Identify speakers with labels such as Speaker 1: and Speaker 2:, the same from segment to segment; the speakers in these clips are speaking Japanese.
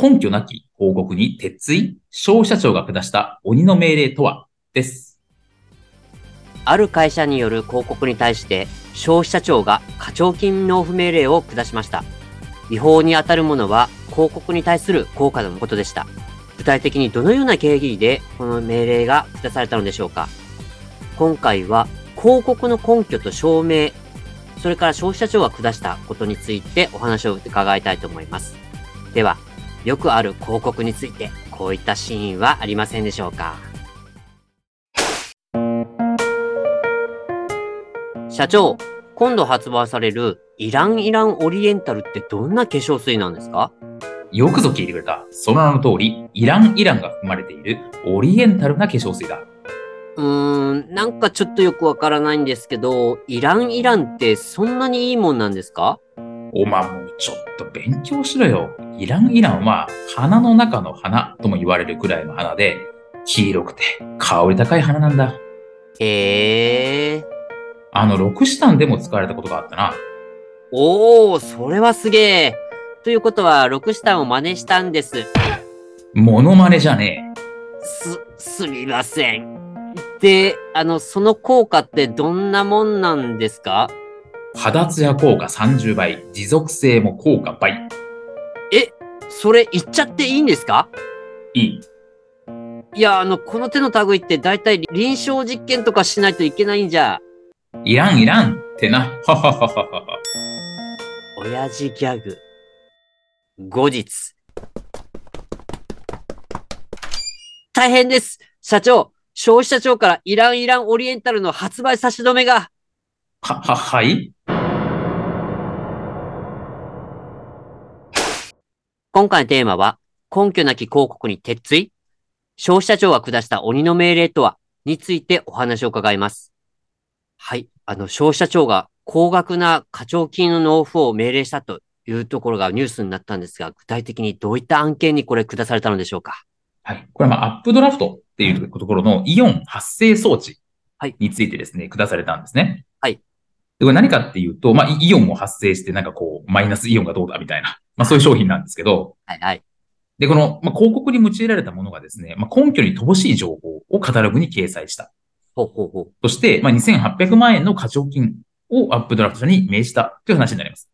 Speaker 1: 根拠なき報告に鉄追消費者庁が下した鬼の命令とはです
Speaker 2: ある会社による広告に対して消費者庁が課徴金納付命令を下しました違法に当たるものは広告に対する効果のことでした具体的にどのような経緯でこの命令が下されたのでしょうか今回は広告の根拠と証明それから消費者庁が下したことについてお話を伺いたいと思いますではよくある広告についてこういったシーンはありませんでしょうか社長今度発売されるイランイランオリエンタルってどんな化粧水なんですか
Speaker 1: よくぞ聞いてくれたその名の通りイランイランが含まれているオリエンタルな化粧水だ
Speaker 2: うーん、なんかちょっとよくわからないんですけど、イランイランってそんなにいいもんなんですか
Speaker 1: おまもうちょっと勉強しろよ。イランイランは花の中の花とも言われるくらいの花で、黄色くて香り高い花なんだ。
Speaker 2: へえ。
Speaker 1: あの、ロクシタンでも使われたことがあったな。
Speaker 2: おー、それはすげえ。ということは、ロクシタンを真似したんです。
Speaker 1: モノマネじゃねえ。
Speaker 2: す、すみません。で、あの、その効果ってどんなもんなんですか
Speaker 1: 肌ツヤ効果30倍、持続性も効果倍。
Speaker 2: それ言っちゃっていいんですか
Speaker 1: いい。
Speaker 2: いや、あの、この手の類って大体臨床実験とかしないといけないんじゃ。
Speaker 1: イランイランってな。ははははは。
Speaker 2: 親父ギャグ。後日。大変です社長消費者庁からイランイランオリエンタルの発売差し止めが
Speaker 1: は、は、はい
Speaker 2: 今回のテーマは、根拠なき広告に鉄追消費者庁が下した鬼の命令とはについてお話を伺います。はい。あの、消費者庁が高額な課徴金の納付を命令したというところがニュースになったんですが、具体的にどういった案件にこれ下されたのでしょうか
Speaker 1: はい。これはまあ、アップドラフトっていうところのイオン発生装置
Speaker 2: はい
Speaker 1: についてですね、下されたんですね。
Speaker 2: はい
Speaker 1: で、これ何かっていうと、まあ、イイオンも発生して、なんかこう、マイナスイオンがどうだみたいな、まあそういう商品なんですけど、
Speaker 2: はいはい。
Speaker 1: で、この、まあ、広告に用いられたものがですね、まあ、根拠に乏しい情報をカタログに掲載した。
Speaker 2: ほうほうほう。
Speaker 1: そして、まあ、2800万円の課徴金をアップドラフト社に命じたという話になります。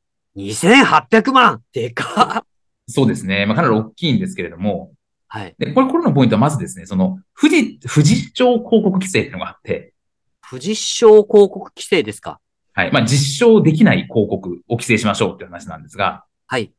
Speaker 2: 2800万でかっ
Speaker 1: そうですね。まあ、かなり大きいんですけれども、
Speaker 2: はい。
Speaker 1: で、これ、これのポイントはまずですね、その、富士、富士庁広告規制っていうのがあって、
Speaker 2: 不実証広告規制ですか
Speaker 1: はい。まあ、実証できない広告を規制しましょうっていう話なんですが、
Speaker 2: はい。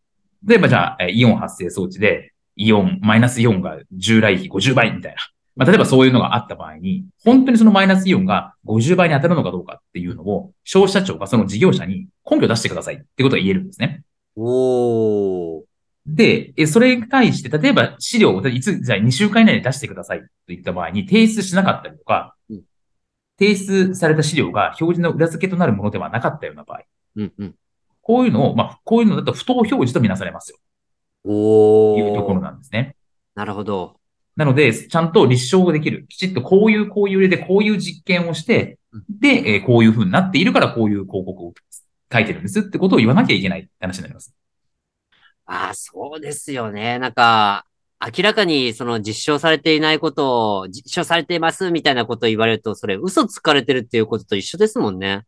Speaker 1: 例えばじゃあ、えーイオン発生装置で、イオン、マイナスイオンが従来比50倍みたいな。まあ、例えばそういうのがあった場合に、本当にそのマイナスイオンが50倍に当たるのかどうかっていうのを、消費者庁がその事業者に根拠を出してくださいってことが言えるんですね。
Speaker 2: おー。
Speaker 1: で、えそれに対して、例えば資料をいつ、じゃあ2週間以内に出してくださいといった場合に、提出しなかったりとか
Speaker 2: うん、
Speaker 1: 提出された資料が表示の裏付けとなるものではなかったような場合、
Speaker 2: うんうん。
Speaker 1: こういうのを、まあ、こういうのだと不当表示とみなされますよ、と
Speaker 2: お
Speaker 1: いうところ
Speaker 2: ー。
Speaker 1: なんですね。
Speaker 2: なるほど。
Speaker 1: なので、ちゃんと立証ができる。きちっとこういう、こういう例で、こういう実験をして
Speaker 2: うん、
Speaker 1: で、えーこういう風になっているから、こういう広告を書いてるんですってことを言わなきゃいけないって話になります。
Speaker 2: ああ、そうですよね。なんか、明らかにその実証されていないことを、実証されていますみたいなことを言われると、それ嘘つかれてるっていうことと一緒ですもんね。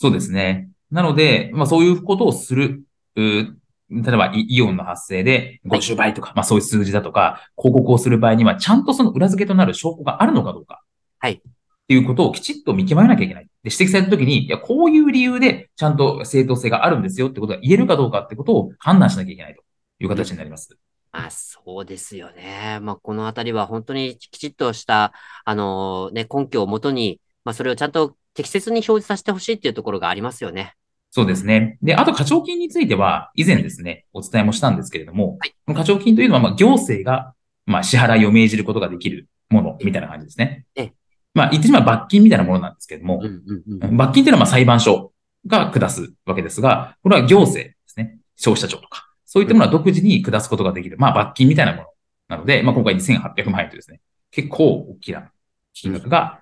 Speaker 1: そうですね。なので、まあそういうことをする。うー例えばイ、イオンの発生で50倍とか、まあそういう数字だとか、広告をする場合には、ちゃんとその裏付けとなる証拠があるのかどうか。
Speaker 2: はい
Speaker 1: っていうことをきちっと見極めなきゃいけない。で、指摘されたときに、いや、こういう理由で、ちゃんと正当性があるんですよってことが言えるかどうかってことを判断しなきゃいけないという形になります。
Speaker 2: まあ、そうですよね。まあ、このあたりは本当にきちっとした、あのね、根拠をもとに、まあ、それをちゃんと適切に表示させてほしいっていうところがありますよね。
Speaker 1: そうですね。で、あと課徴金については、以前ですね、お伝えもしたんですけれども、
Speaker 2: はい
Speaker 1: この課徴金というのは、まあ、行政が、まあ、支払いを命じることができるもの、みたいな感じですね。
Speaker 2: ええ
Speaker 1: まあ、言ってしまえば罰金みたいなものなんですけれども、
Speaker 2: うんうんうん。
Speaker 1: 罰金というのはまあ裁判所が下すわけですが、これは行政ですね。消費者庁とか。そういったものは独自に下すことができる。まあ罰金みたいなものなので、まあ今回2800万円というですね、結構大きな金額が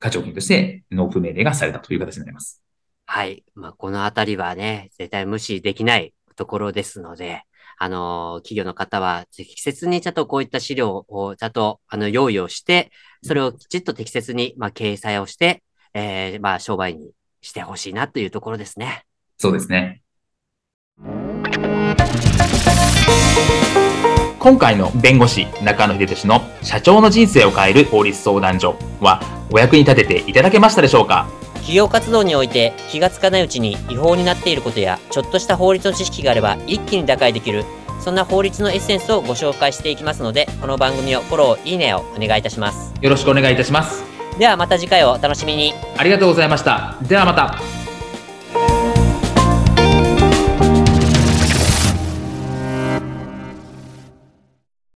Speaker 1: 課徴金として納付命令がされたという形になります。
Speaker 2: はい。まあ、このあたりはね、絶対無視できないところですので、あの、企業の方は適切にちゃんとこういった資料をちゃんとあの用意をして、それをきちっと適切に、まあ、掲載をして、えー、まあ、商売にしてほしいなというところですね。
Speaker 1: そうですね。
Speaker 3: 今回の弁護士中野秀俊の社長の人生を変える法律相談所はお役に立てていただけましたでしょうか
Speaker 2: 企業活動において気がつかないうちに違法になっていることや、ちょっとした法律の知識があれば一気に打開できる、そんな法律のエッセンスをご紹介していきますので、この番組をフォロー、いいねをお願いいたします。
Speaker 3: よろしくお願いいたします
Speaker 2: ではまた次回をお楽しみに。
Speaker 3: ありがとうございましたではまた